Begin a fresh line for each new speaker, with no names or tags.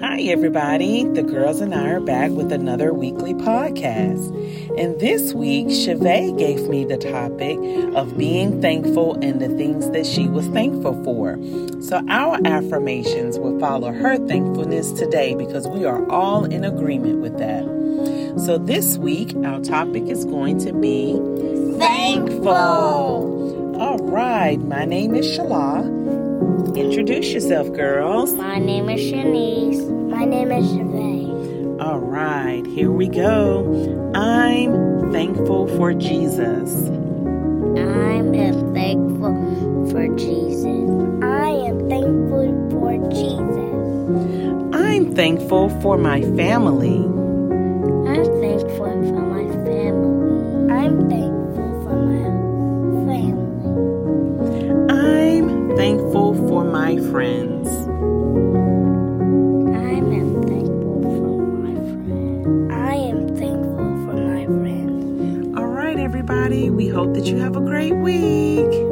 Hi, everybody. The girls and I are back with another weekly podcast. And this week, Chevy gave me the topic of being thankful and the things that she was thankful for. So, our affirmations will follow her thankfulness today because we are all in agreement with that. So, this week, our topic is going to be
thankful.
All right, my name is Shala. Introduce yourself, girls.
My name is Shanice. My name is Shavay.
All right, here we go. I'm thankful for Jesus.
I am thankful for Jesus. I am thankful for Jesus.
I'm thankful for my family.
I'm thankful for my family. I'm thankful for my family.
I'm thankful for my friends.
I am thankful for my friends. I am thankful for my friends.
All right, everybody, we hope that you have a great week.